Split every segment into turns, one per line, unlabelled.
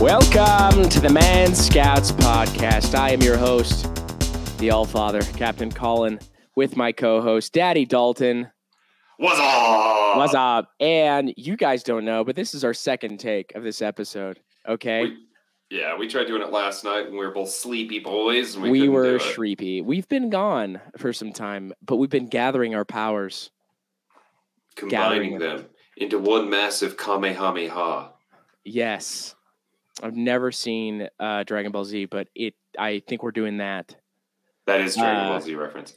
Welcome to the Man Scouts Podcast. I am your host, the All Father, Captain Colin, with my co host, Daddy Dalton.
What's up?
What's up? And you guys don't know, but this is our second take of this episode. Okay.
We- Yeah, we tried doing it last night when we were both sleepy boys. And
We,
we, couldn't
were
do it.
shreepy. We've been gone for some time, but we've been gathering our powers. gathering
combining
them.
them into one massive Kamehameha.
Yes. I've never seen uh, Dragon Ball Z, but it. I think we're doing that,
That is Dragon
Uh,
Ball Z reference.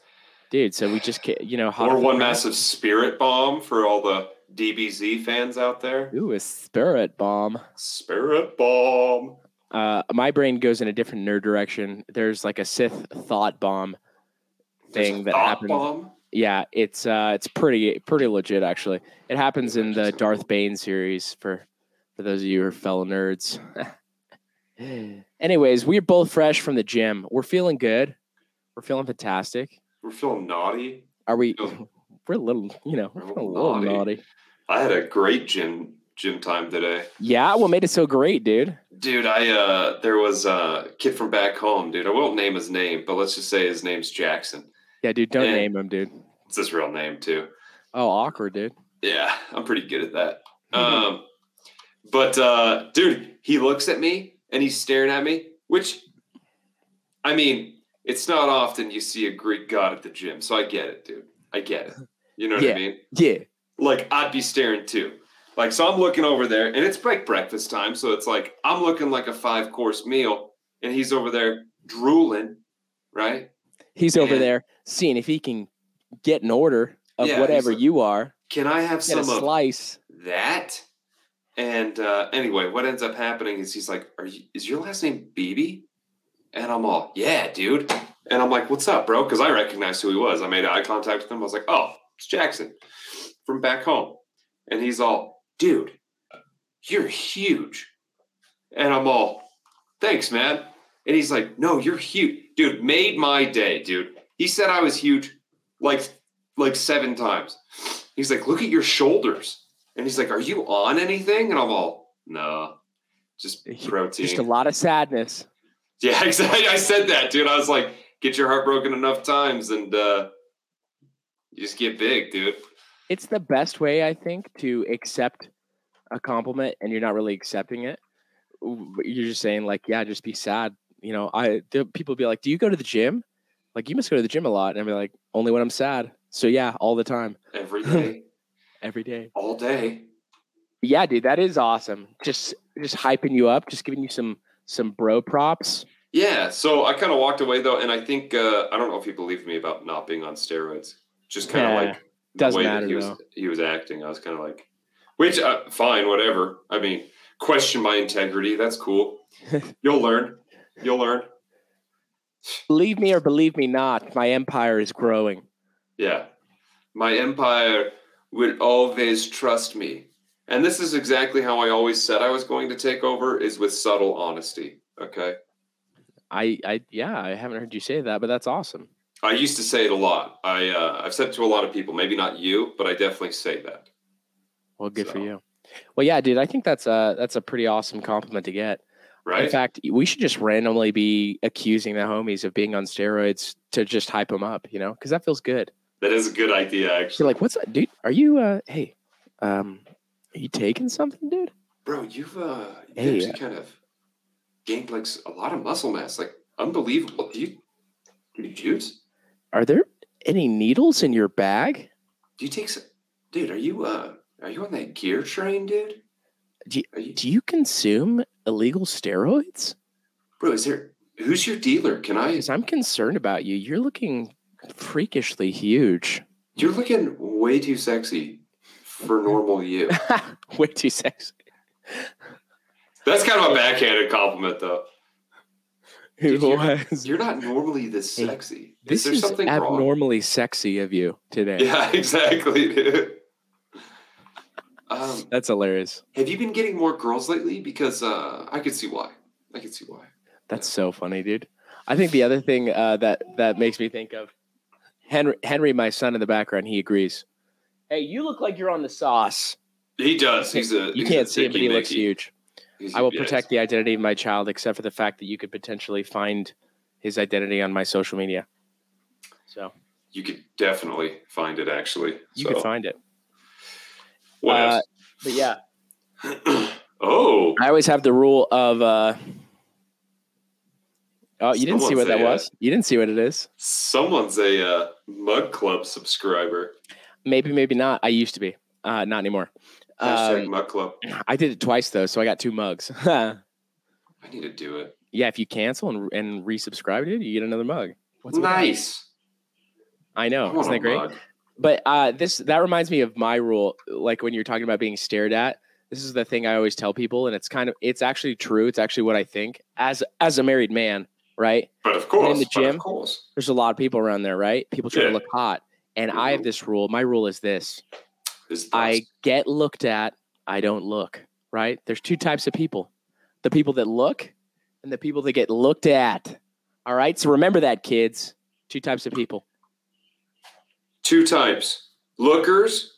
dude. So we just, ca- you know, hot
Or
off the
one
press.
massive spirit bomb for all the DBZ fans out there.
Ooh, a spirit bomb.
Spirit bomb.
Uh, my brain goes in a different nerd direction. There's like a Sith thought bomb.
There's a
Thing that
thought
happened-
Bomb.
Yeah, it's uh, it's pretty pretty legit actually. It happens in the
Interesting.
Darth Bane series for for those of you who are fellow nerds. Anyways, we're both fresh from the gym. We're feeling good. We're feeling fantastic.
We're feeling naughty.
Are we?
Feeling-
We're a little, you know, we're
We're
feeling a little
naughty.
naughty.
I had a great gym gym time today.
Yeah, what made it so great, dude?
Dude, I uh there was a kid from back home, dude. I won't name his name, but let's just say his name's Jackson.
Yeah, dude, don't
Yeah.
name him, dude.
It's his real name too.
Oh, awkward, dude.
Yeah, I'm pretty good at that.
Mhm.
Um, but uh, dude, he looks at me and he's staring at me, which I mean, it's not often you see a Greek god at the gym, so I get it, dude. I get it. You know what
Yeah.
I mean?
Yeah,
Like I'd be staring too. Like so, I'm looking over there, and it's like breakfast time, so it's like I'm looking like a five course meal, and he's over there drooling, right?
he's over
Yeah.
there seeing if he can get an order of
Yeah, he's
whatever
like,
you are.
Can I have
Get
some
a
of
slice.
that. And uh, anyway, what ends up happening is he's like, "Are you? Is your last name Beebe?" And I'm all, "Yeah, dude." And I'm like, "What's up, bro?" Because I recognized who he was. I made eye contact with him. I was like, "Oh, it's Jackson from back home." And he's all, "Dude, you're huge." And I'm all, "Thanks, man." And he's like, "No, you're huge, dude." Made my day, dude. He said I was huge, like like seven times. He's like, "Look at your shoulders." And he's like, Are you on anything? And I'm all, No, just
He-
protein.
Just a lot of sadness.
yeah, exactly. I said that, dude. I was like, Get your heart broken enough times and uh, you just get big, dude.
It's the best way, I think, to accept a compliment and you're not really accepting it. W- but You're just saying, like, yeah, just be sad. You know, I the people be like, Do you go to the gym? Like, you must go to the gym a lot. And I'd be like, Only when I'm sad. So, yeah, all the time,
Every day,
every day.
all day.
Yeah, dude, that is awesome. Just just hyping you up, just giving you some some bro props.
Yeah. So I kind of walked away though. And I think, uh, I don't know if you believe me about not being on steroids. Just kind of
Yeah,
like the
doesn't
way that
matter,
he was,
though.
he was acting. I was kind of like, Which, uh, fine, whatever. I mean, question my integrity. That's cool. You'll learn. You'll learn.
Believe me or believe me not, my empire is growing.
Yeah. My empire will always trust me. And this is exactly how I always said I was going to take over is with subtle honesty. Okay.
I I yeah, I haven't heard you say that, but that's awesome.
I used to say it a lot. I uh, I've said it to a lot of people, maybe not you, but I definitely say that.
Well, good for
So-
you. Well, yeah, dude, I think that's a that's a pretty awesome compliment to get. In
Right?
fact, we should just randomly be accusing the homies of being on steroids to just hype them up, you know, because that feels good.
That is a good idea
You're
actually.
like, what's that, dude? Are you uh, hey, um, are you taking something, dude?
Bro, you've uh you
Hey,
actually kind of gained like s- a lot of muscle mass. Like unbelievable. Do you do you juice?
Are there any needles in your bag?
Do you take s dude, are you uh are you on that gear train, dude?
Do you-
are you
Do you consume illegal steroids?
Bro, is there who's your dealer? Can I?
Because I'm concerned about you. You're looking freakishly huge.
You're looking way too sexy for normal you.
Way too sexy.
That's kind of a backhanded compliment, though. Did you-
was?
You're not normally this
Hey,
sexy.
This
Is there
is
something wrong?
abnormally sexy of you today.
Yeah, exactly, dude. Um,
That's hilarious.
have you been getting more girls lately? Because uh, I could see why. I could see why.
That's so funny, dude. I think the other thing uh, that that makes me think of Henry, Henry, my son in the background, he agrees. Hey, you look like you're on the sauce.
He does. He's a.
You
he's a
can't see him, but
ticky
he looks
Mickey.
huge.
He's-
I will
yeah,
protect the identity of my child, except for the fact that you could potentially find his identity on my social media. So
You could definitely find it actually.
you
so,
could find it.
what
uh,
else?
But yeah, Uh,
oh,
I always have the rule of. uh Oh, you didn't see
Someone
what that
say, uh,
was. You didn't see what it is.
someone's a uh, Mug Club subscriber.
Maybe, maybe not. I used to be, uh, not anymore.
Hashtag
Um,
Mug Club.
I did it twice though, so I got two mugs.
I need to do it.
yeah, if you cancel and and resubscribe, dude, you get another mug. What's up with that?
nice.
I
I
know,
want
isn't
a
that great?
mug.
But uh, this that reminds me of my rule. Like when you're talking about being stared at, this is the thing I always tell people, and it's kind of it's actually true. It's actually what I think as as a married man, right?
But of course,
in the
but
gym.
of course.
There's a lot of people around there, right? People trying
Yeah. Mm-hmm.
to look hot, and I have this rule. My rule is this:
Is
I
this-
get looked at, I don't look. Right? There's two types of people: the people that look, and the people that get looked at. All right, so remember that, kids. Two types of people.
two types: lookers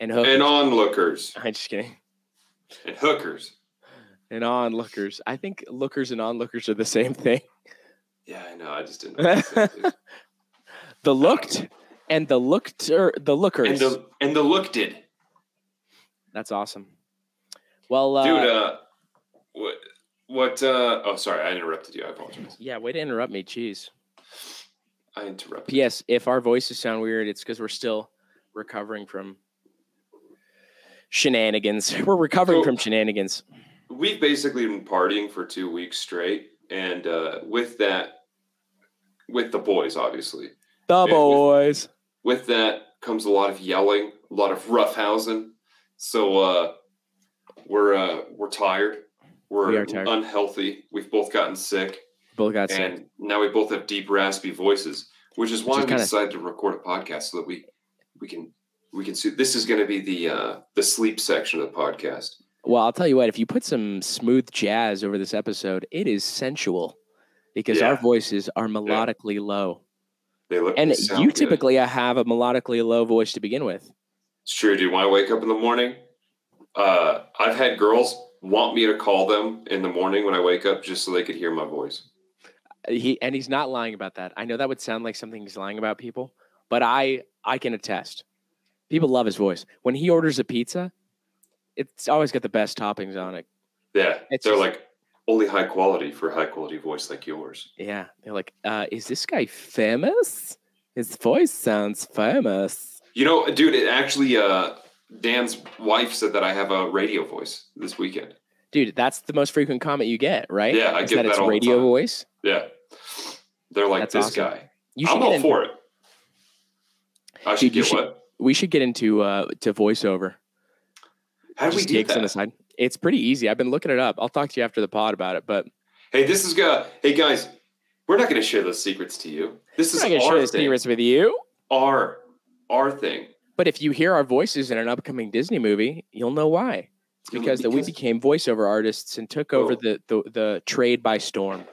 And hook.
and onlookers
I'm just kidding.
and hookers.
and onlookers. I think lookers and onlookers are the same thing.
Yeah, I know. I just didn't. Know what it was.
The looked and the looked or the lookers.
and the and the look did, dude.
That's awesome. Well, uh,
Uh, what what? Uh, oh, sorry, I interrupted you. I apologize.
yeah, way to interrupt me. Jeez.
I interrupted.
P.S. If our voices sound weird, it's because we're still recovering from shenanigans. We're recovering
So-
from shenanigans.
We've basically been partying for two weeks straight, and uh, with that, with the boys, obviously,
The
with-
boys.
with that comes a lot of yelling, a lot of roughhousing. So uh, we're uh, we're tired. We're
We are tired.
unhealthy. We've both gotten sick,
Both got sick.
and now we both have deep raspy voices, which is why
is
we
kinda-
decided to record a podcast so that we we can we can see. This is going to be the uh, the sleep section of the podcast.
Well, I'll tell you what, if you put some smooth jazz over this episode, it is sensual because our
Yeah.
voices are melodically low.
They look
And
they sound
you
good.
typically have a melodically low voice to begin with.
It's true, dude. When I wake up in the morning, uh, I've had girls want me to call them in the morning when I wake up just so they could hear my voice.
Uh, He and he's not lying about that. I know that would sound like something he's lying about people, but I I can attest. People love his voice. When he orders a pizza, it's always got the best toppings on it.
Yeah,
It's
they're
just-
like only high quality for a high quality voice like yours.
Yeah, they're like, uh, "Is this guy famous? His voice sounds famous."
You know, dude, it actually uh, Dan's wife said that I have a radio voice this weekend.
Dude, that's the most frequent comment you get, right?
Yeah, I
Is
get
that
that
it's
all the
radio
time.
voice.
Yeah, they're like
That's
this
awesome.
guy.
You should
I'm
get
all
in-
for it. I should
Dude, you
get
should-
what?
We should get into uh, to voiceover.
How do we
Just
do
gigs on the
that?
side. It's pretty easy. I've been looking it up. I'll talk to you after the pod about it, but
Hey, this is gonna. Hey guys, we're not gonna share those secrets to you. This is
I'm not gonna
our
share the
thing.
secrets with you.
Our our thing.
But if you hear our voices in an upcoming Disney movie, you'll know why. It's
You'll-
because, that we
because-
became voiceover artists and took over
Oh.
the, the the trade by storm.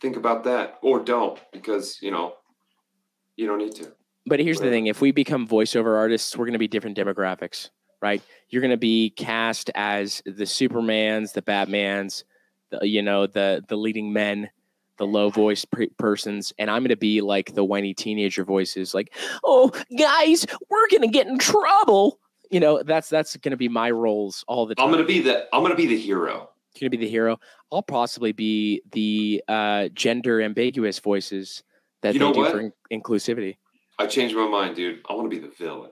Think about that, or don't, because you know you don't need to.
But here's the
Whatever.
thing: if we become voiceover artists, we're going to be different demographics, right? You're going to be cast as the Supermans, the Batmans, the, you know, the the leading men, the low voice pre- persons, and I'm going to be like the whiny teenager voices, like, "Oh, guys, we're going to get in trouble." You know, that's that's going to be my roles all the time.
I'm gonna be the I'm gonna be the hero.
You're gonna be the hero. I'll possibly be the uh, gender ambiguous voices that
You
they
know
do
what?
for in- inclusivity.
I changed my mind, dude. I want to be the villain.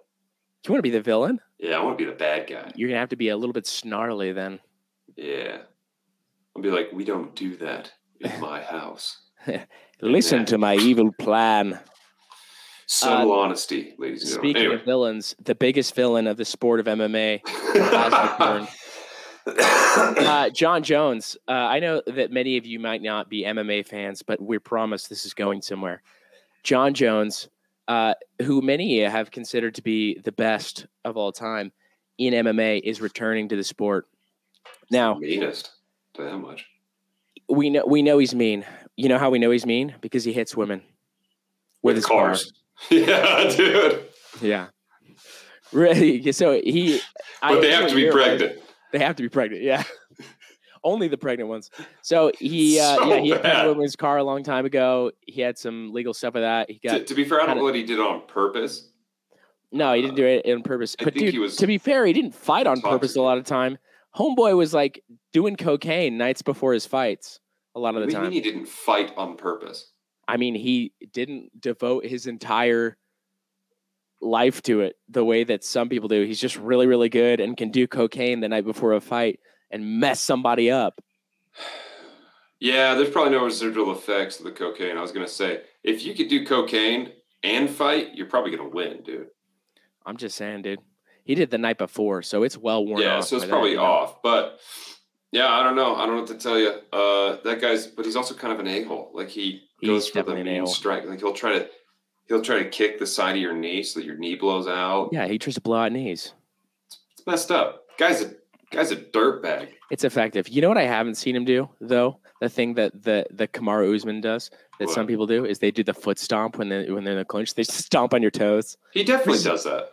You want to be the villain?
Yeah, I want to be the bad guy.
You're gonna have to be a little bit snarly then.
Yeah. I'll be like, we don't do that in my house.
Listen
Yeah.
to my evil plan.
Subtle
Uh,
honesty, ladies and
Speaking
gentlemen.
of villains, the biggest villain of the sport of MMA has
Anyway.
returned. Uh, John Jones. Uh, I know that many of you might not be MMA fans, but we promise this is going somewhere. John Jones, uh, who many have considered to be the best of all time in MMA, is returning to the sport. Now
Meanest. Tell you that much.
we know we know he's mean. You know how we know he's mean because he hits women with, his car.
yeah, dude.
Yeah. Really? So he.
But they have to be
you're right.
pregnant.
They have to be pregnant. Yeah. Only the pregnant ones. So he, uh,
So
yeah, he had
bad.
a woman's car a long time ago. He had some legal stuff with that. He got
to, to be fair, I don't
Kinda-
know that he did it on purpose.
no, he didn't do it on purpose.
uh, I
But
think
dude,
he was
to be fair, he didn't fight on purpose a
intoxicated.
lot of time. Homeboy was like doing cocaine nights before his fights a lot of
What
the
do you mean
time.
he didn't fight on purpose?
I mean, he didn't devote his entire life to it the way that some people do. He's just really, really good and can do cocaine the night before a fight and mess somebody up.
Yeah, there's probably no residual effects of the cocaine. I was gonna say, if you could do cocaine and fight, you're probably gonna win, dude.
I'm just saying, dude. He did the night before, so it's well worn
yeah,
off
so it's
by then,
probably
you know?
off. But yeah, I don't know. I don't know what to tell you. Uh, that guy's, but he's also kind of an a hole. Like he
He's
goes for the
definitely an
mean
a-hole.
strike. Like he'll try to, he'll try to kick the side of your knee so that your knee blows out.
Yeah, he tries to blow out knees.
It's messed up. Guy's a guy's a dirtbag.
It's effective. You know what I haven't seen him do though? The thing that the the Kamara Usman does that some
What?
people do is they do the foot stomp when they when they're in the clinch. They stomp on your toes.
He definitely
This-
does that.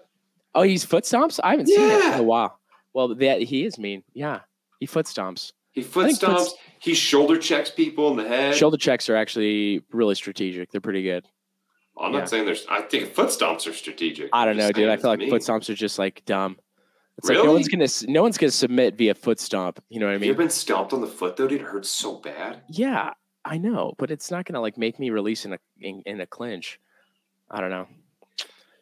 Oh, he's foot stomps. I haven't seen that in
Yeah.
a while. Well, that he is mean. Yeah, he foot stomps.
He foot
think
stomps.
foot's-
He shoulder checks people in the head.
Shoulder checks are actually really strategic. They're pretty good.
I'm
yeah.
not saying there's. I think foot stomps are strategic.
I don't
I'm
know,
just
dude. I
saying
feel like
it's
foot
mean.
stomps are just like dumb. It's like no
Really?
one's gonna s- no one's gonna submit via foot stomp. You know what I
Have
mean?
you ever been stomped on the foot though, dude? It hurts so bad.
Yeah, I know, but it's not gonna like make me release in a in, in a clinch. I don't know.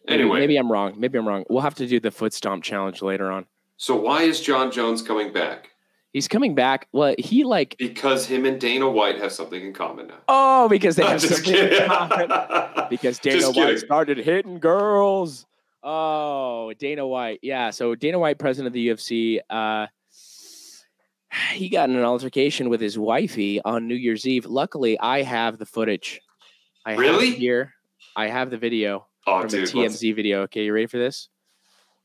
Maybe-
Anyway,
maybe I'm wrong. Maybe I'm wrong. We'll have to do the foot stomp challenge later on.
so why is John Jones coming back?
He's coming back. Well, he like
Because him and Dana White have something in common now.
oh because they
I'm
have
just
something in
kidding.
common. because Dana
Just
White
kidding.
started hitting girls. Oh, Dana White. Yeah. So Dana White, president of the UFC, uh, he got in an altercation with his wifey on New Year's Eve. Luckily, I have the footage. I have
Really?
it here. I have the video
oh,
from
dude,
the
let's-
TMZ video. Okay, you ready for this?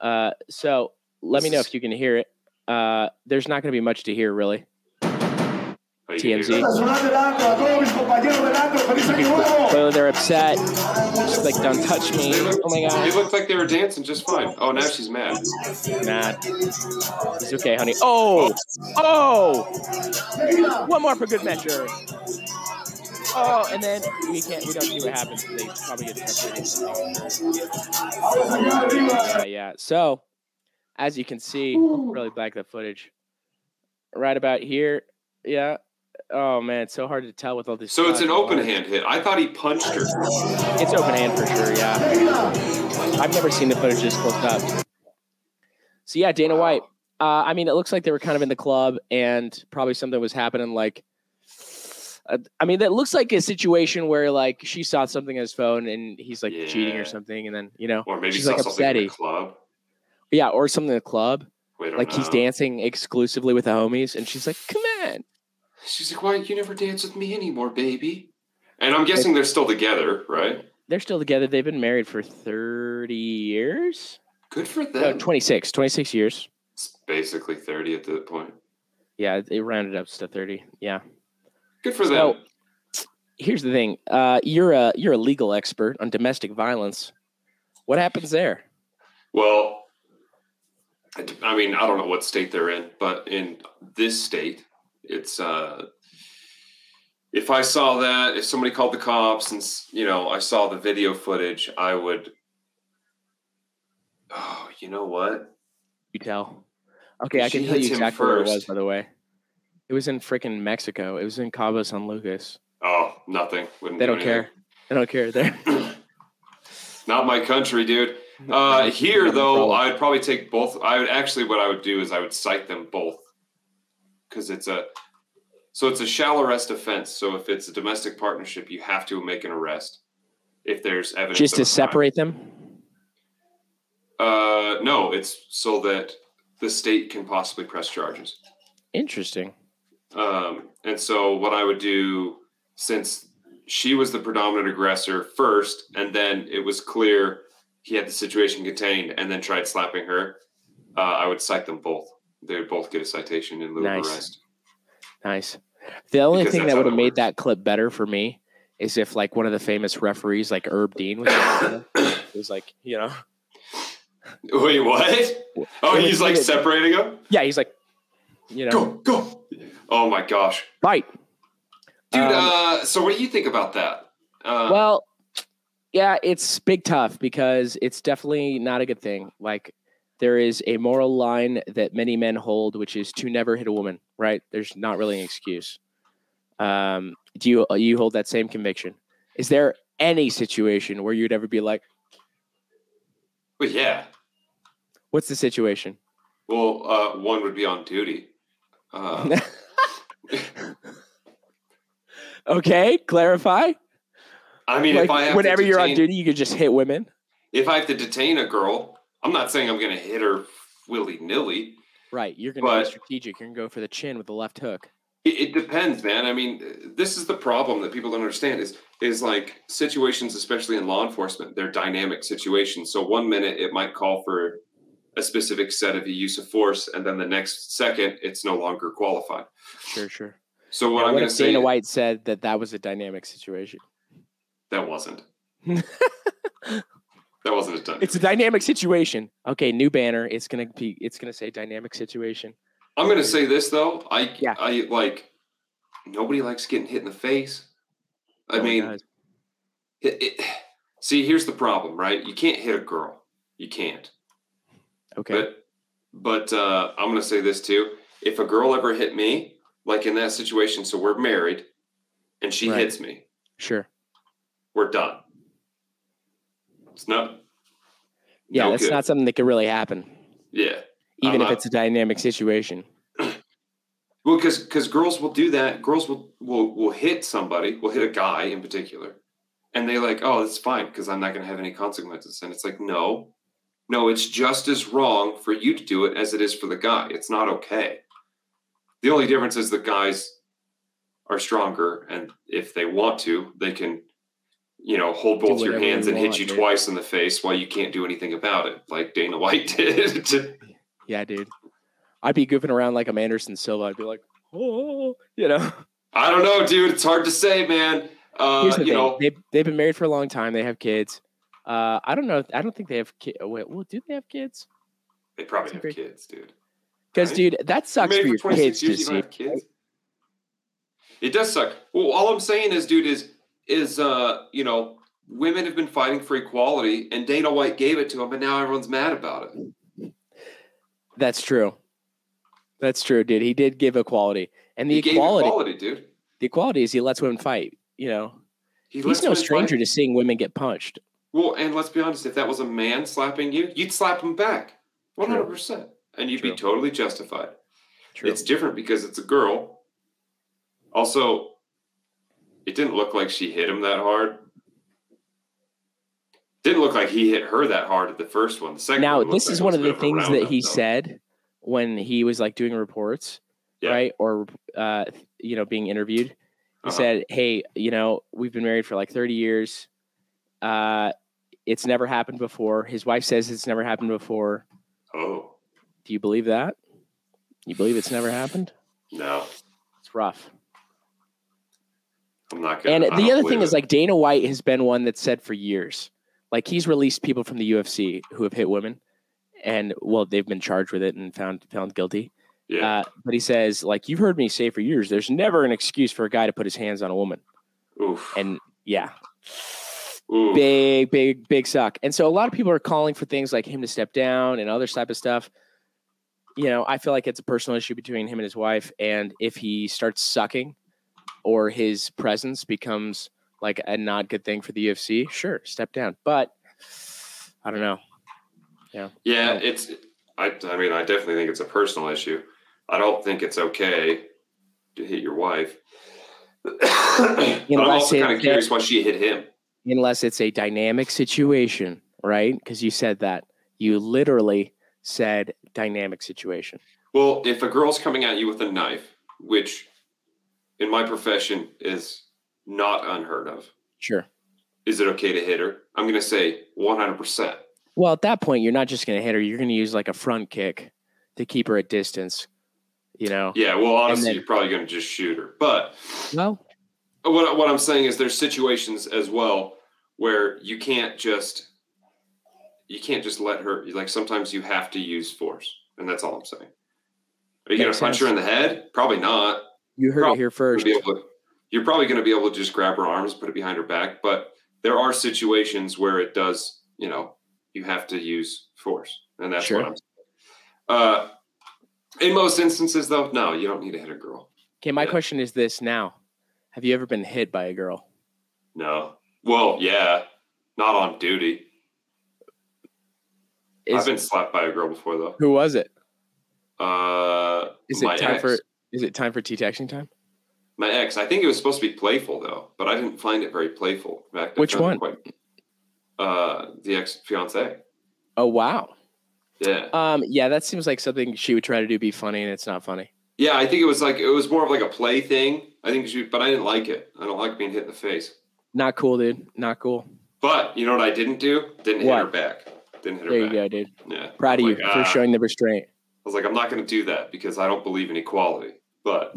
Uh, so let me know if you can hear it. Uh, there's not going to be much to hear, really.
oh, you can do
TMZ.
that.
Nacional del Antro, a todos mis compañeros del Antro, feliz año nuevo.
Clearly, they're upset. She's like, "Don't touch me!"
They
Oh
looked,
my god.
they looked like they were dancing just fine. Oh, now she's mad.
Nah. It's okay, honey. Oh! Oh! One more for good measure. Oh, and then we can't we don't see what happens. They probably get separated.
Vamos allá arriba.
Yeah, yeah. So as you can see, I'll really back the footage. Right about here. Yeah. Oh man, it's so hard to tell with all this.
So it's an
stuff.
open hand hit. I thought he punched her.
It's open hand for sure, yeah. I've never seen the footage this close up. So yeah, Dana
Wow.
White. Uh, I mean, it looks like they were kind of in the club, and probably something was happening. Like, uh, I mean, that looks like a situation where like she saw something on his phone, and he's like cheating
Yeah.
or something, and then you know,
Or maybe
She's
saw
like
something in the
upsetty.
club.
yeah, or something in the club,
Wait,
like he's dancing exclusively with the homies, and she's like, "Come on."
She's like, "Why you never dance with me anymore, baby?" And I'm guessing they're still together, right?
They're still together. They've been married for 30 years.
Good for them.
No, 26, 26 years.
It's basically 30 at that point.
Yeah, they rounded up to 30. Yeah.
Good for
So-
them.
here's the thing. Uh, you're a you're a legal expert on domestic violence. What happens there?
well, I d- I mean, I don't know what state they're in, but in this state, it's uh if I saw that, if somebody called the cops and s- you know, I saw the video footage, I would Oh, you know what?
You tell. Okay, I
She
can tell
hits
you
him
exactly where it was.
first.
By the way, it was in freaking Mexico. It was in Cabo San Lucas.
Oh, nothing. Wouldn't
They
do
don't care.
anything.
They don't care there.
Not my country, dude. Uh, here, though, I would probably take both. I would actually, what I would do is I would cite them both because it's a so it's a shall arrest offense. So if it's a domestic partnership, you have to make an arrest if there's evidence.
just
of
to
a crime.
separate them.
Uh, no, it's so that the state can possibly press charges.
Interesting.
Um, and so what I would do since she was the predominant aggressor first, and then it was clear he had the situation contained and then tried slapping her, uh, I would cite them both. They would both get a citation in lieu
Nice.
of arrest.
Nice. The only
Because
thing
that's
that
how
would have
that
made
works.
that clip better for me is if like one of the famous referees, like Herb Dean, was. there. It was like you know.
Wait, what? Oh,
It was
he's like
needed.
separating them?
Yeah, he's like, You know,
Go, go. Oh my gosh.
fight.
Dude,
Um,
uh, so what do you think about that? Uh,
well, yeah, it's big tough because it's definitely not a good thing. Like there is a moral line that many men hold, which is to never hit a woman. Right? There's not really an excuse. Um, do you you hold that same conviction? Is there any situation where you'd ever be like,
well, yeah.
"What's the situation?"
Well, uh, one would be on duty. Uh,
okay, clarify.
I mean, if I
like
have
whenever
to
you're on
detain-
duty, you could just hit women.
if I have to detain a girl, I'm not saying I'm going to hit her willy nilly.
Right. You're gonna
But-
be strategic. You're gonna go for the chin with the left hook.
It, it depends, man. I mean, uh, this is the problem that people don't understand is is like situations, especially in law enforcement, they're dynamic situations. So one minute it might call for a specific set of use of force, and then the next second it's no longer qualified.
Sure, sure.
So what
Now,
I'm
what
going
if
to say
Dana White said that that was a dynamic situation?
that wasn't that wasn't a time.
It's a dynamic situation. Okay, new banner. It's gonna be. It's gonna say dynamic situation.
I'm going to say this though. I
Yeah.
I like nobody likes getting hit in the face. I
No one
mean.
does.
it, it, see here's the problem right you can't hit a girl you can't
okay.
but but uh, i'm going to say this too if a girl ever hit me like in that situation so we're married and she
Right.
hits me
Sure.
we're done it's not
Yeah,
no Uh-huh.
that's
good.
not something that could really happen,
yeah
even if
not-
it's a dynamic situation.
well because because girls will do that girls will will will hit somebody will hit a guy in particular and they like oh it's fine because i'm not going to have any consequences and it's like no no it's just as wrong for you to do it as it is for the guy it's not okay the only difference is the guys are stronger and if they want to they can you know hold
Do
both your
whatever you
hands and hit
want,
you
dude.
twice in the face while you can't do anything about it like dana white did
Yeah, dude. I'd be goofing around like I'm Anderson Silva. I'd be like, oh, you know.
I don't know, dude. It's hard to say, man. Uh,
Here's the
you
thing.
know,
They they've been married for a long time. They have kids. Uh, I don't know. I don't think they have kids. Wait, well, do they have kids?
they probably have
Great.
kids, dude.
Because,
Right.
dude, that
You're
sucks for your
married
kids
26
to
years, you
see.
don't have kids? It does suck. Well, all I'm saying is, dude, is is uh, you know, women have been fighting for equality, and Dana White gave it to them, and now everyone's mad about it.
That's true. That's true, dude. He did give equality, and the
he
equality,
gave equality, dude.
the equality is he lets women fight. You know,
He
he's
lets
no
women
stranger to
Fight.
seeing women get punched.
Well, and let's be honest, if that was a man slapping you, you'd slap him back,
True.
100, percent and you'd
True.
be totally justified.
True.
It's different because it's a girl. Also, it didn't look like she hit him that hard. Didn't look like he hit her that hard at the first one. The second
now,
one looked
this
like
is
it
one
was
of
a
the
bit a
things that
roundup,
he
though.
said when he was like doing reports,
Yeah.
right, or uh, you know, being interviewed. He
Uh-huh.
said, "Hey, you know, we've been married for like 30 years. Uh, it's never happened before. His wife says it's never happened before.
"Oh
Do you believe that? You believe it's never happened?
no,
It's rough."
I'm
And
not gonna." I
the
don't
other thing
believe
is
it.
like Dana White has been one that said for years, like he's released people from the UFC who have hit women, and well, they've been charged with it and found found guilty.
yeah,
Uh, but he says, like you've heard me say for years, there's never an excuse for a guy to put his hands on a woman.
oof,
uh, And yeah,
oof.
big, big, big suck. And so a lot of people are calling for things like him to step down and other type of stuff. You know, I feel like it's a personal issue between him and his wife. And if he starts sucking or his presence becomes like a not good thing for the UFC, sure, step down. But I don't know.
yeah.
no.
It's. I. I mean, I definitely think it's a personal issue. I don't think it's okay to hit your wife. but I'm
Unless uh,
also
it-
kind of curious why she hit him.
Unless it's a dynamic situation, right? Because you said that. You literally said dynamic situation.
Well, if a girl's coming at you with a knife, which in my profession is not unheard of,
Sure.
is it okay to hit her? I'm going to say 100%.
Well, at that point, you're not just going to hit her. You're going to use like a front kick to keep her at distance. You know.
Yeah, well, honestly,
then-
you're probably going to just shoot her. But
Well,
what, what I'm saying is there's situations as well where you can't just you can't just let her like sometimes you have to use force and that's all i'm saying Are you going
Makes
to punch her
sense.
in the head? Probably not.
You heard it
Probably
here
You're,
first.
gonna be able to- you're probably going to be able to just grab her arms, put it behind her back. But there are situations where it does, you know, you have to use force. And that's
Sure.
what I'm Uh, in most instances, though, no, you don't need to hit a girl.
Okay, my
Yeah.
question is this now. Have you ever been hit by a girl?
No. Well, yeah, not on duty. I've
Is,
been slapped by a girl before, though.
who was it?
Uh,
Is it
my
time
ex.
for is it time for tea texting time?
my ex? I think it was supposed to be playful though, but I didn't find it very playful. In fact, I
Which
found it
one?
quite- uh, the ex fiance.
Oh wow.
Yeah,
Um yeah, that seems like something she would try to do be funny and it's not funny.
yeah. I think it was like it was more of like a play thing. I think she, but I didn't like it. I don't like being hit in the face.
Not cool, dude. Not cool.
But you know what I didn't do? Didn't hit
What?
her back. Didn't hit her
There you
back.
go, dude.
Yeah.
Proud of
I'm
you
like,
for
ah.
showing the restraint.
I was like, I'm not going to do that because I don't believe in equality. But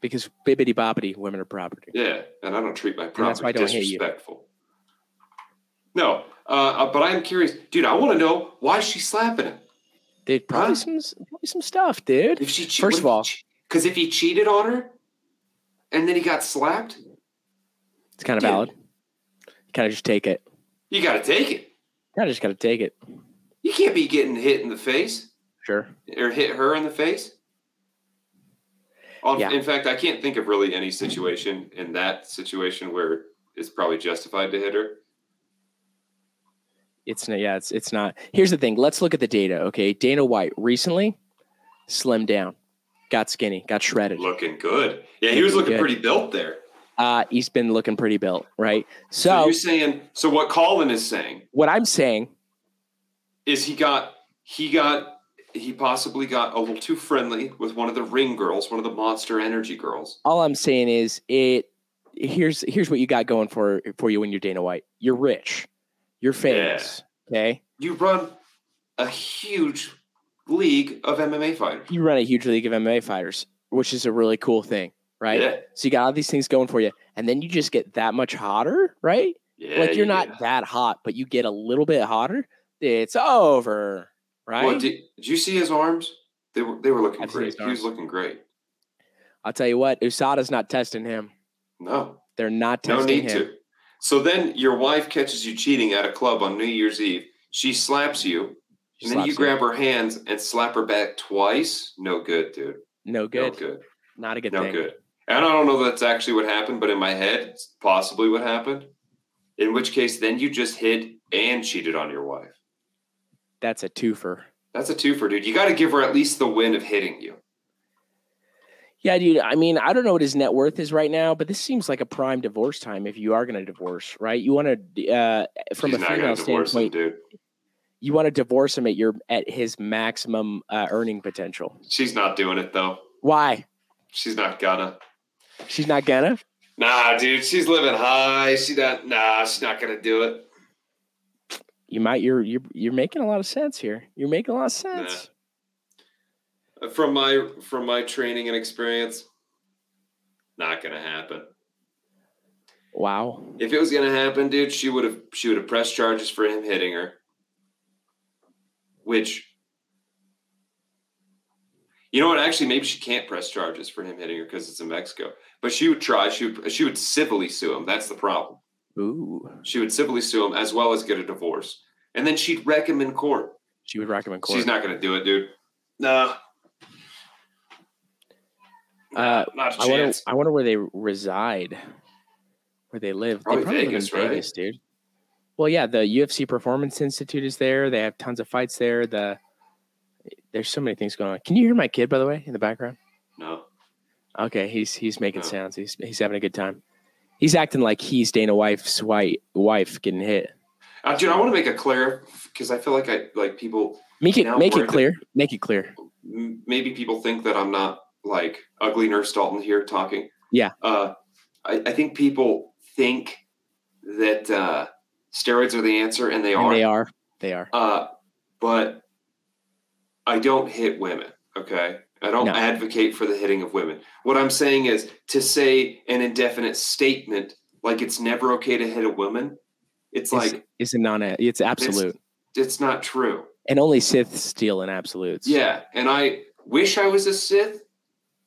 Because bibbity boppity, women are property.
Yeah, and I don't treat my property
that's why I don't hate you.
disrespectful. No, uh, uh, but I'm curious, dude. I want to know why she's slapping him.
Dude, probably some
Huh?
probably some stuff, dude.
If she che-
First of all-
because if he cheated on her, and then he got slapped,
It's kind of
Dude.
valid. You kind of just take it.
you got to take it.
Kind of just gotta take it.
You can't be getting hit in the face
Sure.
or hit her in the face. On,
Yeah.
In fact, I can't think of really any situation in that situation where it's probably justified to hit her.
It's not. Yeah, it's it's not. Here's the thing. Let's look at the data. Okay, Dana White recently slimmed down, got skinny, got shredded.
Looking good. Yeah, he was looking
Looking good.
pretty built there.
Uh, he's been looking pretty built, right?
so
So,
you're saying so what Colin is saying
what I'm saying,
is he got he got he possibly got a little too friendly with one of the ring girls, one of the monster energy girls.
all I'm saying is it. Here's here's what you got going for for you when you're Dana White. You're rich, you're famous. Okay,
You run a huge league of MMA fighters.
you run a huge league of MMA fighters, which is a really cool thing, right?
Yeah.
So you got all these things going for you, and then you just get that much hotter, right?
yeah
like you're
yeah.
not that hot, but you get a little bit hotter, it's over, right?
Well, did, did you see his arms? They were they were looking
I've seen
great.
his
He was looking great.
I'll tell you what, Usada's not testing him.
No,
They're not
no
testing
need
him.
to. So then your wife catches you cheating at a club on New Year's Eve. She slaps you,
She
and then you
slaps him.
grab her hands and slap her back twice. No good, dude.
no
No
good,
good.
not a good
no
thing.
good. And I don't know that's actually what happened, but in my head, it's possibly what happened. In which case, then you just hid and cheated on your wife.
That's a twofer.
That's a twofer, dude. You got to give her at least the win of hitting you.
Yeah, dude. I mean, I don't know what his net worth is right now, but this seems like a prime divorce time if you are going to divorce, right? You want to, uh, from
She's
a
not
female
gonna divorce him,
standpoint,
dude.
you want to divorce him at your at his maximum uh, earning potential.
She's not doing it though.
Why?
She's not gonna.
She's not gonna.
Nah, dude. She's living high. She not. Nah, she's not gonna do it.
You might. You're you're you're making a lot of sense here. You're making a lot of sense.
Uh, From my from my training and experience, not gonna happen.
Wow.
If it was gonna happen, dude, she would have she would have pressed charges for him hitting her. Which you know what? Actually, maybe she can't press charges for him hitting her because it's in Mexico. But she would try. She would, she would civilly sue him. That's the problem.
Ooh.
She would civilly sue him as well as get a divorce, and then she'd wreck him in court.
She would recommend court.
She's not gonna do it, dude. No,
uh,
not a
I wonder.
chance.
I wonder where they reside, where they live.
Probably
they probably
Vegas,
live
right?
in Vegas, dude. Well, yeah, the UFC Performance Institute is there. They have tons of fights there. The there's so many things going on. Can you hear my kid by the way in the background?
No,
Okay, he's he's making
No.
sounds. He's he's having a good time. He's acting like he's Dana Wife's wife wife getting hit.
uh, dude. I want to make a clear because I feel like I like people
Make it
Now
make
we're
it
the-
clear. Make it clear.
m- maybe people think that I'm not like ugly nurse Dalton here talking.
Yeah.
Uh, I, I think people think that uh, steroids are the answer, and they
And
are.
they are. They are.
Uh, but I don't hit women. Okay. I don't
No.
advocate for the hitting of women. What I'm saying is to say an indefinite statement like it's never okay to hit a woman. It's
It's-
like
It's a non. It's absolute.
it's not true.
And only Sith steal in absolutes.
Yeah, and I wish I was a Sith,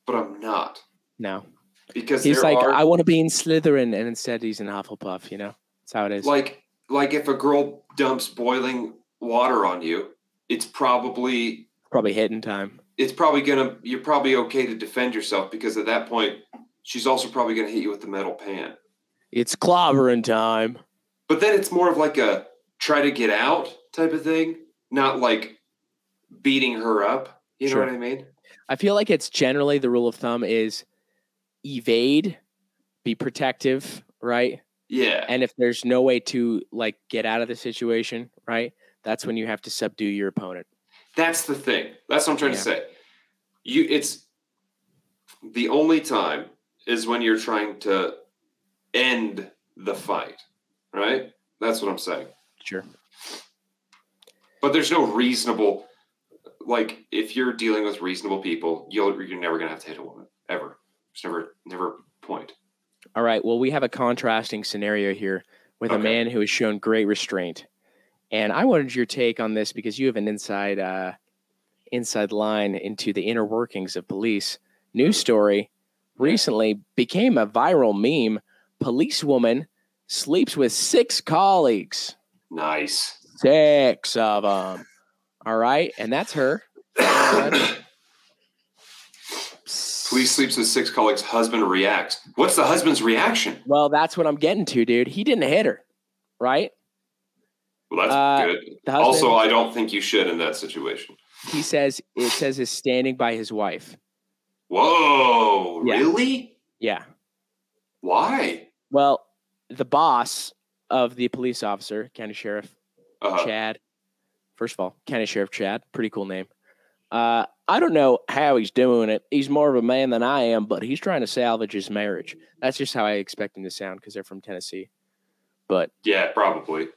but I'm not
No,
because
he's
there
like,
are
I want to be in Slytherin, and instead he's in Hufflepuff. You know, that's how it is.
like like if a girl dumps boiling water on you, it's probably
Probably hitting time.
it's probably gonna you're probably okay to defend yourself because at that point she's also probably gonna hit you with the metal pan.
It's clobbering time.
But then it's more of like a try to get out type of thing, not like beating her up. You
Sure.
know what I mean?
I feel like it's generally the rule of thumb is evade, be protective, right?
Yeah.
And if there's no way to like get out of the situation, right? That's when you have to subdue your opponent.
That's the thing. That's what I'm trying
Yeah.
to say. You it's the only time is when you're trying to end the fight, right? That's what I'm saying.
Sure.
But there's no reasonable like if you're dealing with reasonable people, you'll you're never gonna have to hit a woman. Ever. There's never never a point.
All right. Well, we have a contrasting scenario here with a
Okay.
man who has shown great restraint, and I wanted your take on this because you have an inside uh, inside line into the inner workings of police. News story recently became a viral meme. Police woman sleeps with six colleagues.
Nice.
Six of them. All right, and that's her.
Police sleeps with six colleagues, husband reacts. What's the husband's reaction?
Well, that's what I'm getting to, dude. He didn't hit her, right?
Well that's
Uh,
good.
The
Also, I don't think you should in that situation.
he says it says is standing by his wife.
Whoa,
Yeah.
really?
Yeah.
Why?
Well, the boss of the police officer, county sheriff
Uh,
Chad. First of all, county sheriff Chad, pretty cool name. Uh, I don't know how he's doing it. He's more of a man than I am, but he's trying to salvage his marriage. That's just how I expect him to sound because they're from Tennessee. But
yeah, probably.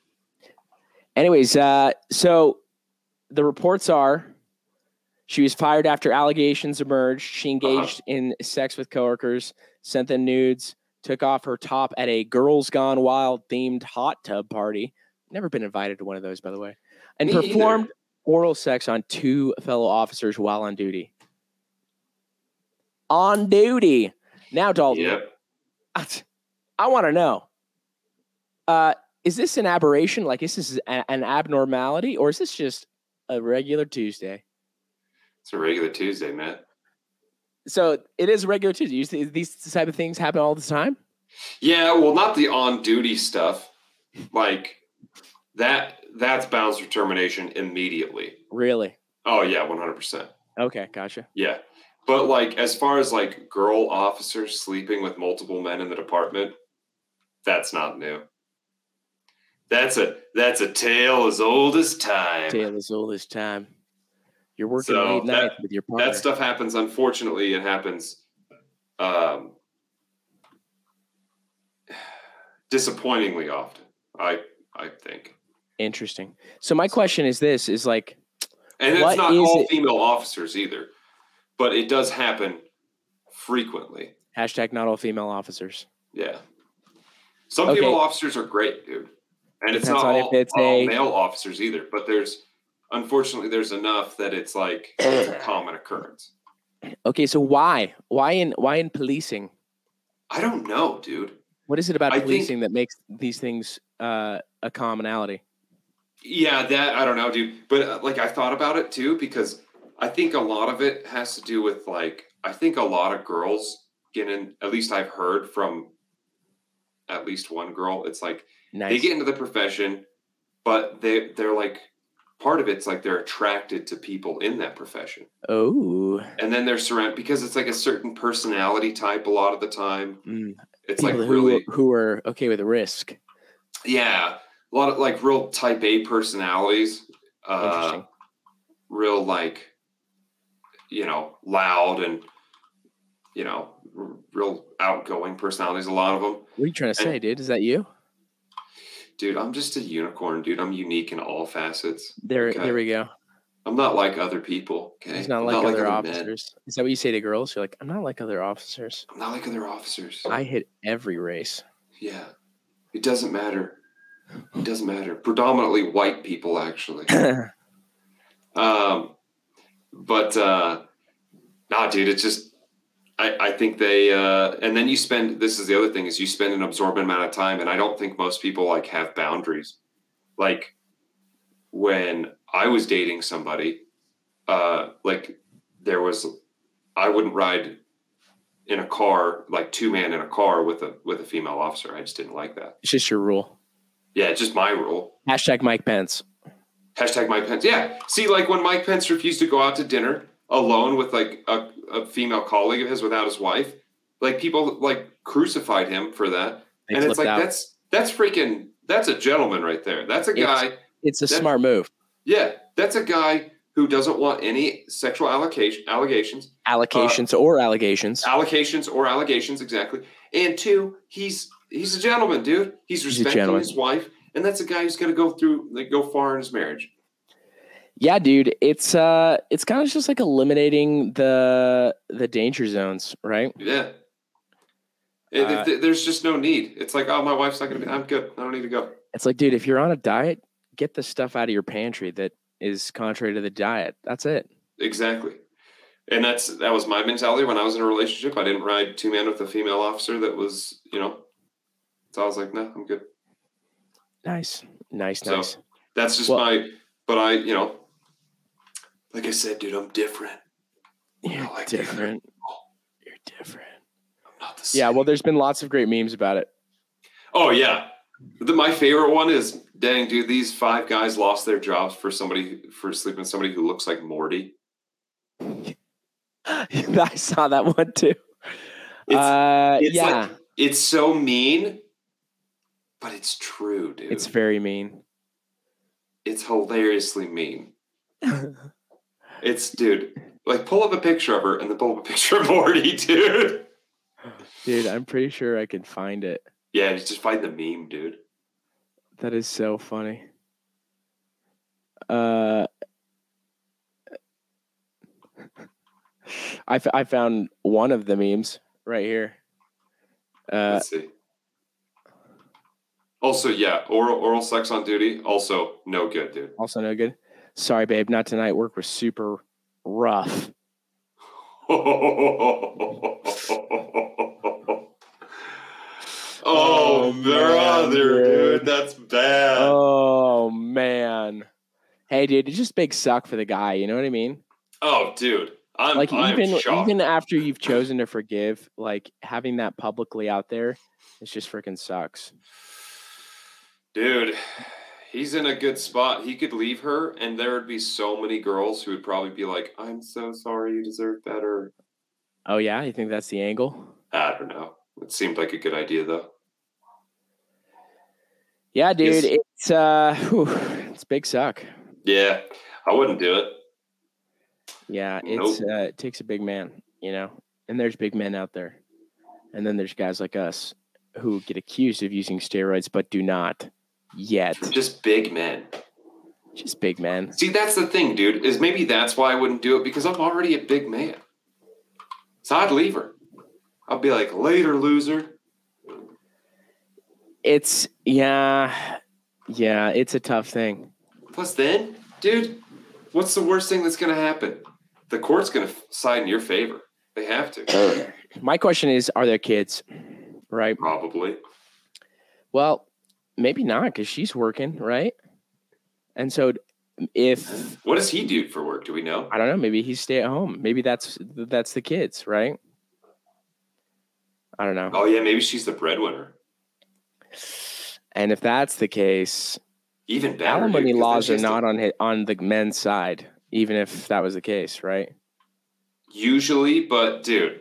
Anyways, uh, so the reports are she was fired after allegations emerged. She engaged in sex with coworkers, sent them nudes, took off her top at a Girls Gone Wild themed hot tub party. Never been invited to one of those, by the way. And
Me either.
performed oral sex on two fellow officers while on duty. On duty. Now, Dalton,
Yep.
I, want to know. Uh, is this an aberration? Like, is this a- an abnormality, or is this just a regular Tuesday?
It's a regular Tuesday, man.
So it is a regular Tuesday. You see, these type of things happen all the time.
Yeah, well, not the on duty stuff. Like that that's bounds for termination immediately.
Really?
Oh yeah, 100%.
Okay, gotcha.
Yeah. But like as far as like girl officers sleeping with multiple men in the department, that's not new. That's a that's a tale as old as time.
Tale is all this time. You're working
So
late
that-
night with your partner.
that stuff happens unfortunately it happens um, disappointingly often i i think
Interesting. So my question is this: is like,
and
What
it's not
is
all
it-
female officers either but it does happen frequently
hashtag not all female officers.
yeah some
Okay.
female officers are great dude and it's
Depends
not
on if
all,
it's
all
a-
male officers either but there's unfortunately there's enough that it's like it's a common occurrence
Okay, so why, why in, why in policing?
i don't know dude
What is it about
I think-
policing that makes these things uh, a commonality?
Yeah, that I don't know, dude. But uh, like I thought about it too because I think a lot of it has to do with like I think a lot of girls get in. At least I've heard from at least one girl. It's like
Nice.
they get into the profession, but they they're like part of it's like they're attracted to people in that profession,
Oh,
and then they're surrounded because it's like a certain personality type. A lot of the time,
mm.
it's
people
like
who
really
who are okay with risk.
yeah, a lot of like real type A personalities. Uh,
Interesting.
real like you know loud and you know r- real outgoing personalities a lot of them
what are you trying to say, dude? Is that you?
dude i'm just a unicorn dude i'm unique in all facets
There,
Okay.
there we go.
i'm not like other people okay
He's not
I'm
like other
men.
officers. Is that what you say to girls? You're like, I'm not like other officers.
i'm not like other officers
I hit every race.
yeah it doesn't matter it doesn't matter predominantly white people actually
yeah,
Um, but uh, nah, dude, it's just I, I think they uh, and then you spend this is the other thing is you spend an absorbent amount of time and I don't think most people like have boundaries. Like when I was dating somebody, uh, like there was I wouldn't ride in a car like two man in a car with a with a female officer. I just didn't like that.
It's just your rule.
Yeah, it's just my rule.
Hashtag Mike Pence.
Hashtag Mike Pence. Yeah. See, like when Mike Pence refused to go out to dinner alone with like a, a female colleague of his without his wife, like people like crucified him for that.
They
and it's
flipped
like
out.
that's that's freaking that's a gentleman right there. That's a
It's-
guy.
it's a
that's-
smart move.
yeah, that's a guy who doesn't want any sexual allocation allegations,
Allocations or allegations.
Uh, allocations or allegations exactly. And two, he's he's a gentleman, dude.
He's
He's
a
respecting
gentleman.
his wife, and that's a guy who's going to go through like go far in his marriage.
Yeah, dude, it's uh it's kind of just like eliminating the the danger zones, right?
Yeah. It-
Uh,
it- there's just no need. It's like, oh, my wife's not gonna be. I'm good. I don't need to go.
It's like, dude, if you're on a diet, get the stuff out of your pantry that is contrary to the diet. That's it.
Exactly. And that's that was my mentality when I was in a relationship. I didn't ride two men with a female officer. That was, you know. So I was like, no, I'm good.
Nice. Nice,
So-
nice.
That's just
Well-
my. But I, you know, like I said, dude, I'm different.
You're
like that.
different. You're different.
I'm not the same.
Yeah, well, there's been lots of great memes about it.
Oh yeah. The, my favorite one is, dang, dude, these five guys lost their jobs for somebody for sleeping with somebody who looks like Morty.
I saw that one too.
It's-
uh,
it's
yeah,
like- It's so mean, but it's true, dude.
it's
It's
very mean.
it's hilariously mean. It's dude, like pull up a picture of her and then pull up a picture of Morty, dude.
Dude, I'm pretty sure I can find it.
Yeah, just just find the meme, dude.
That is so funny. Uh, I, f- I found one of the memes right here. Uh,
Let's see. Also, yeah, oral oral sex on duty, also no good, dude.
also no good. Sorry, babe, not tonight. Work was super rough.
oh,
Oh,
brother,
man, dude.
dude, that's bad.
Oh man. Hey, dude, it's just a big suck for the guy. You know what I mean?
oh, dude, I'm
Like
I'm
even
shocked.
even after you've chosen to forgive, like having that publicly out there, it's just freaking sucks.
Dude, he's in a good spot. He could leave her, and there would be so many girls who would probably be like, I'm so sorry, you deserve better.
Oh yeah, you think that's the angle?
I don't know. It seemed like a good idea, though.
Yeah, dude,
Yes.
it's uh, whew, it's big suck.
Yeah, I wouldn't do it.
Yeah, it's uh, it takes a big man, you know. And there's big men out there, and then there's guys like us who get accused of using steroids but do not yet.
Just big men.
Just big men.
See, that's the thing, dude, is maybe that's why I wouldn't do it because I'm already a big man. So I'd leave her. I'd be like, later, loser.
It's yeah, yeah. It's a tough thing.
Plus, then, dude, what's the worst thing that's going to happen? The court's going to side in your favor. They have to,
My question is, are there kids? Right.
probably.
Well, maybe not because she's working, right? And so, if
What does he do for work? Do we know?
I don't know. Maybe he's stay at home. Maybe that's that's the kids, right? I don't know.
Oh yeah, maybe she's the breadwinner.
And if that's the case,
Even better.
alimony
dude, 'cause then
laws
she
are
has to-
not on hi- on the men's side, even if that was the case, right,
usually, but dude,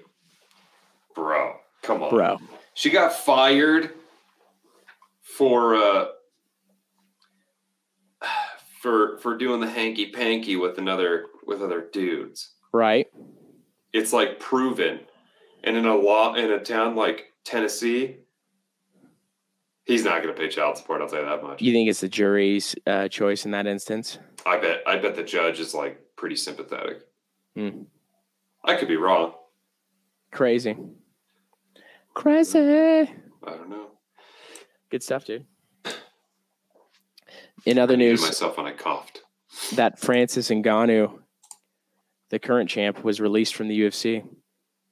bro, come on,
bro?
She got fired for uh for for doing the hanky panky with another with other dudes.
Right?
It's like proven, and in a law in a town like Tennessee, he's not going to pay child support. I'll tell you that much.
You think it's the jury's uh, choice in that instance?
I bet I bet the judge is like pretty sympathetic.
Hmm.
I could be wrong.
Crazy, crazy.
I don't know.
Good stuff, dude. In other
I muted
news,
myself when I coughed.
that Francis Ngannou the current champ, was released from the UFC.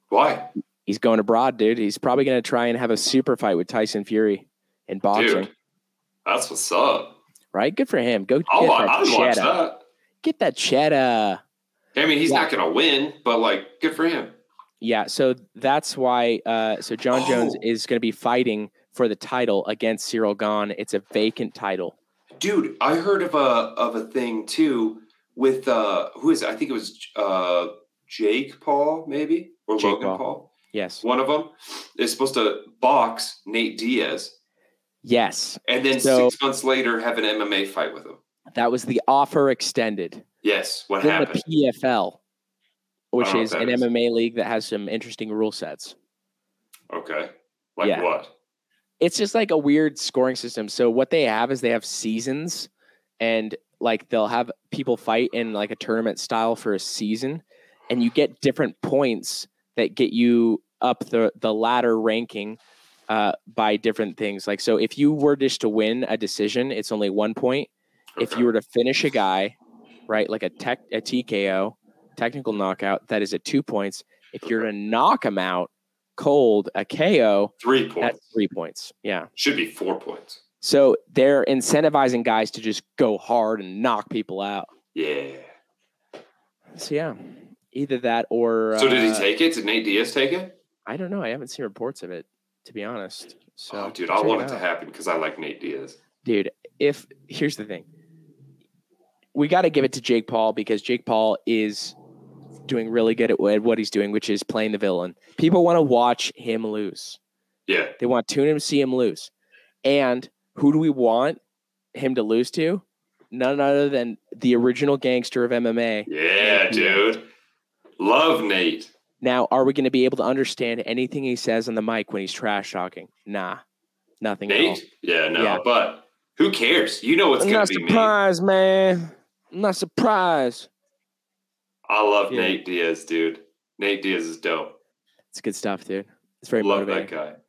Why?
He's going abroad, dude. He's probably going to try and have a super fight with Tyson Fury in boxing,
Dude, that's what's up.
right? Good for him. Go get
I'll, wa-
that
I'd watch
cheddar.
that.
Get that cheddar.
I mean, he's
Yeah.
not going to win, but like, good for him.
Yeah, so that's why. Uh, so John Jones
Oh.
is going to be fighting for the title against Cyril Gahn. It's a vacant title.
Dude, I heard of a of a thing too with uh who is it? I think it was uh Jake Paul maybe or
Jake
Logan
Paul.
Paul.
Yes,
One of them is supposed to box Nate Diaz
yes,
and then
So-
6 months later have an MMA fight with him.
that was the offer extended.
Yes, what
Then
happened?
the PFL, which
don't know
is
what
an
that is.
MMA league that has some interesting rule sets.
okay. Like
Yeah.
what?
It's just like a weird scoring system. So what they have is they have seasons, and like they'll have people fight in like a tournament style for a season, and you get different points that get you up the the ladder ranking uh, by different things. Like so, if you were just to win a decision, it's only one point. if
Okay.
you were to finish a guy, right, like a tech a TKO, technical knockout, that is at two points. If you're to knock him out cold, a KO,
3 points
that's three points. Yeah.
should be 4 points.
So they're incentivizing guys to just go hard and knock people out.
Yeah.
So yeah, either that or
So did he
uh,
take it? Did Nate Diaz take it?
I don't know. I haven't seen reports of it to be honest. So
oh, dude, I
check
want it
out.
to happen because I like Nate Diaz.
dude if here's the thing we got to give it to jake paul because jake paul is doing really good at, at what he's doing which is playing the villain people want to watch him lose
Yeah.
they want to tune in to see him lose and who do we want him to lose to none other than the original gangster of mma
Yeah, dude. Love Nate.
now are we going to be able to understand anything he says on the mic when he's trash talking nah nothing at all.
Nate? Yeah, no,
Yeah.
but who cares? You know what's
i'm
going
not
to be me.
surprised man i'm not surprised
I love
Yeah.
Nate Diaz, dude. Nate Diaz is dope.
it's good stuff dude it's very
love
motivating
that guy.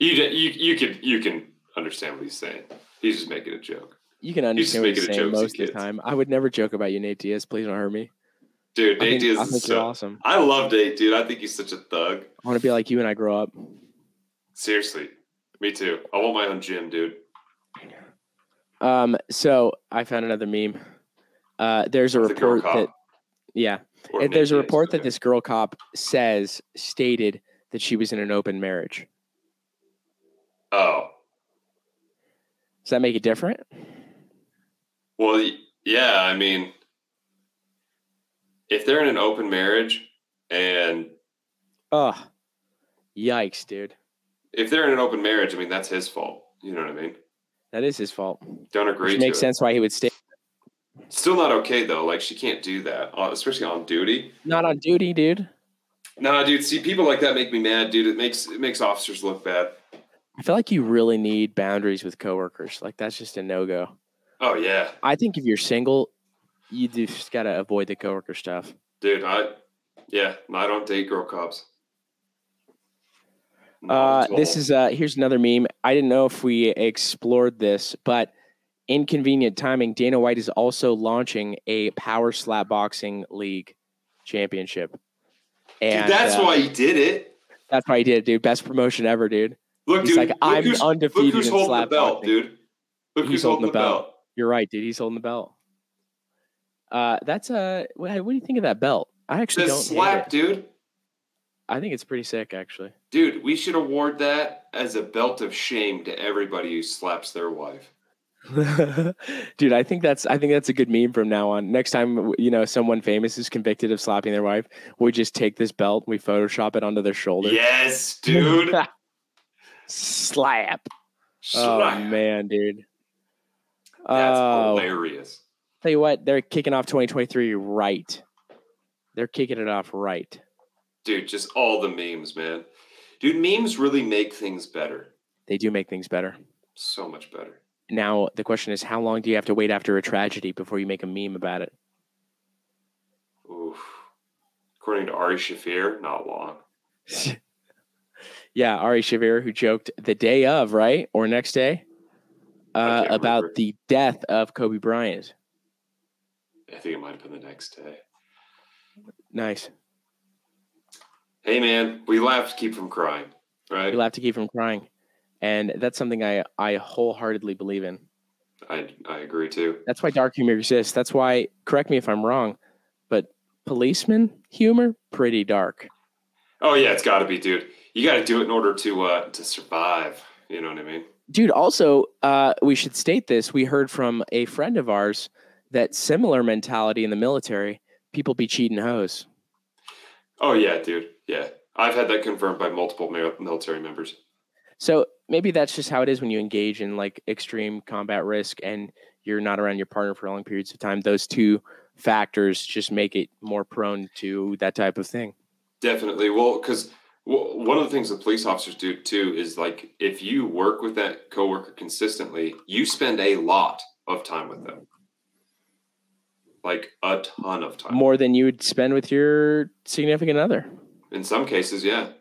You, d- you you can you can understand what he's saying. He's just making a joke,
You can
He's just
understand what you're
making a
saying
joke to
most of the
kids.
time. I would never joke about you, Nate Diaz. Please don't hurt me.
dude.
I
Nate
think, I
Diaz
think
is
you're
so.
awesome.
I love Nate, dude. I think he's such a thug.
I want to be like you when I grow up.
Seriously, me too. I want my own gym, dude.
Um, so I found another meme. Uh, there's a
With the girl
report
cop
that yeah,
or
and
Nate
there's a
Diaz,
report that
okay.
this girl cop says stated that she was in an open marriage.
Oh
Does that make it different?
well, y- yeah. I mean, if they're in an open marriage and
Oh, yikes, dude.
if they're in an open marriage, I mean that's his fault. You know what I mean?
That is his fault.
Don't agree
Which
to
makes
it.
sense why he would stay.
Still not okay though. Like she can't do that, uh, especially on duty.
Not on duty, dude.
Nah, dude. See, people like that make me mad, dude. It makes it makes officers look bad.
I feel like you really need boundaries with coworkers. Like that's just a no go.
Oh yeah,
I think if you're single, you do just gotta avoid the coworker stuff.
dude. I yeah. I don't date girl cops. No,
Uh,
it's all-
this is uh, here's another meme. I didn't know if we explored this, but inconvenient timing. Dana White is also launching a Power Slap Boxing League championship,
Dude,
and
that's
uh,
why he did it.
that's why he did, it, dude. Best promotion ever, dude.
Look,
He's
dude.
like,
look
I'm
who's,
undefeated
Look who's
in
holding
slap
the belt,
boxing."
dude. Look
He's
who's holding, the belt.
You're right, dude. He's holding the belt. Uh, that's a what, what do you think of that belt? I actually
Says
don't. hate
slap,
it.
dude.
I think it's pretty sick, actually.
Dude, we should award that as a belt of shame to everybody who slaps their wife.
Dude, I think that's I think that's a good meme from now on. Next time w- you know someone famous is convicted of slapping their wife, we just take this belt, we Photoshop it onto their shoulder.
Yes, dude.
Slap.
Slap.
Oh man, dude.
That's
oh,
hilarious.
tell you what, they're kicking off 2023 right. They're kicking it off right.
Dude, just all the memes, man. Dude, memes really make things better.
They do make things better.
So much better.
Now the question is, how long do you have to wait after a tragedy before you make a meme about it?
Oof. According to Ari Shafir, not long.
Yeah, Ari Shaver, who joked the day of, right? Or next day uh,
can't
about
remember.
the death of Kobe Bryant.
I think it might have been the next day.
Nice.
Hey, man, we laugh to keep from crying, right?
You'll have to keep from crying. And that's something I, I wholeheartedly believe in.
I, I agree too.
That's why dark humor exists. That's why, correct me if I'm wrong, but policeman humor, pretty dark.
Oh yeah, it's got to be, dude. You got to do it in order to uh, to survive. You know what I mean?
Dude, also, uh, we should state this. We heard from a friend of ours that similar mentality in the military, people be cheating hoes.
Oh yeah, dude. Yeah, I've had that confirmed by multiple mil- military members.
So maybe that's just how it is when you engage in like extreme combat risk and you're not around your partner for long periods of time. Those two factors just make it more prone to that type of thing.
Definitely. Well, because w- one of the things that police officers do too is like if you work with that coworker consistently, you spend a lot of time with them, like a ton of time.
More than you would spend with your significant other.
In some cases, yeah.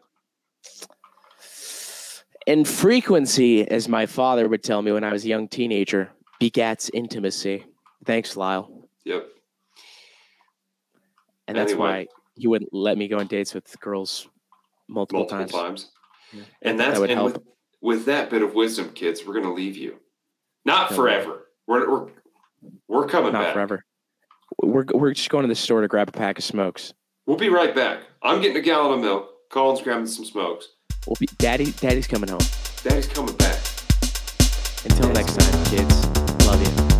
And frequency, as my father would tell me when I was a young teenager, begats intimacy. Thanks, Lyle.
Yep.
And that's
Anyway.
why he wouldn't let me go on dates with girls multiple,
multiple times.
times. Yeah.
And that's
That would
and
help.
With, with that bit of wisdom, kids, we're going to leave you. Not
Okay.
forever. We're, we're, we're coming
Not
back.
forever. We're, we're just going to the store to grab a pack of smokes.
We'll be right back. I'm getting a gallon of milk. Colin's grabbing some smokes.
We'll be, Daddy, Daddy's coming home.
Daddy's coming back.
Until next time, kids. Love you.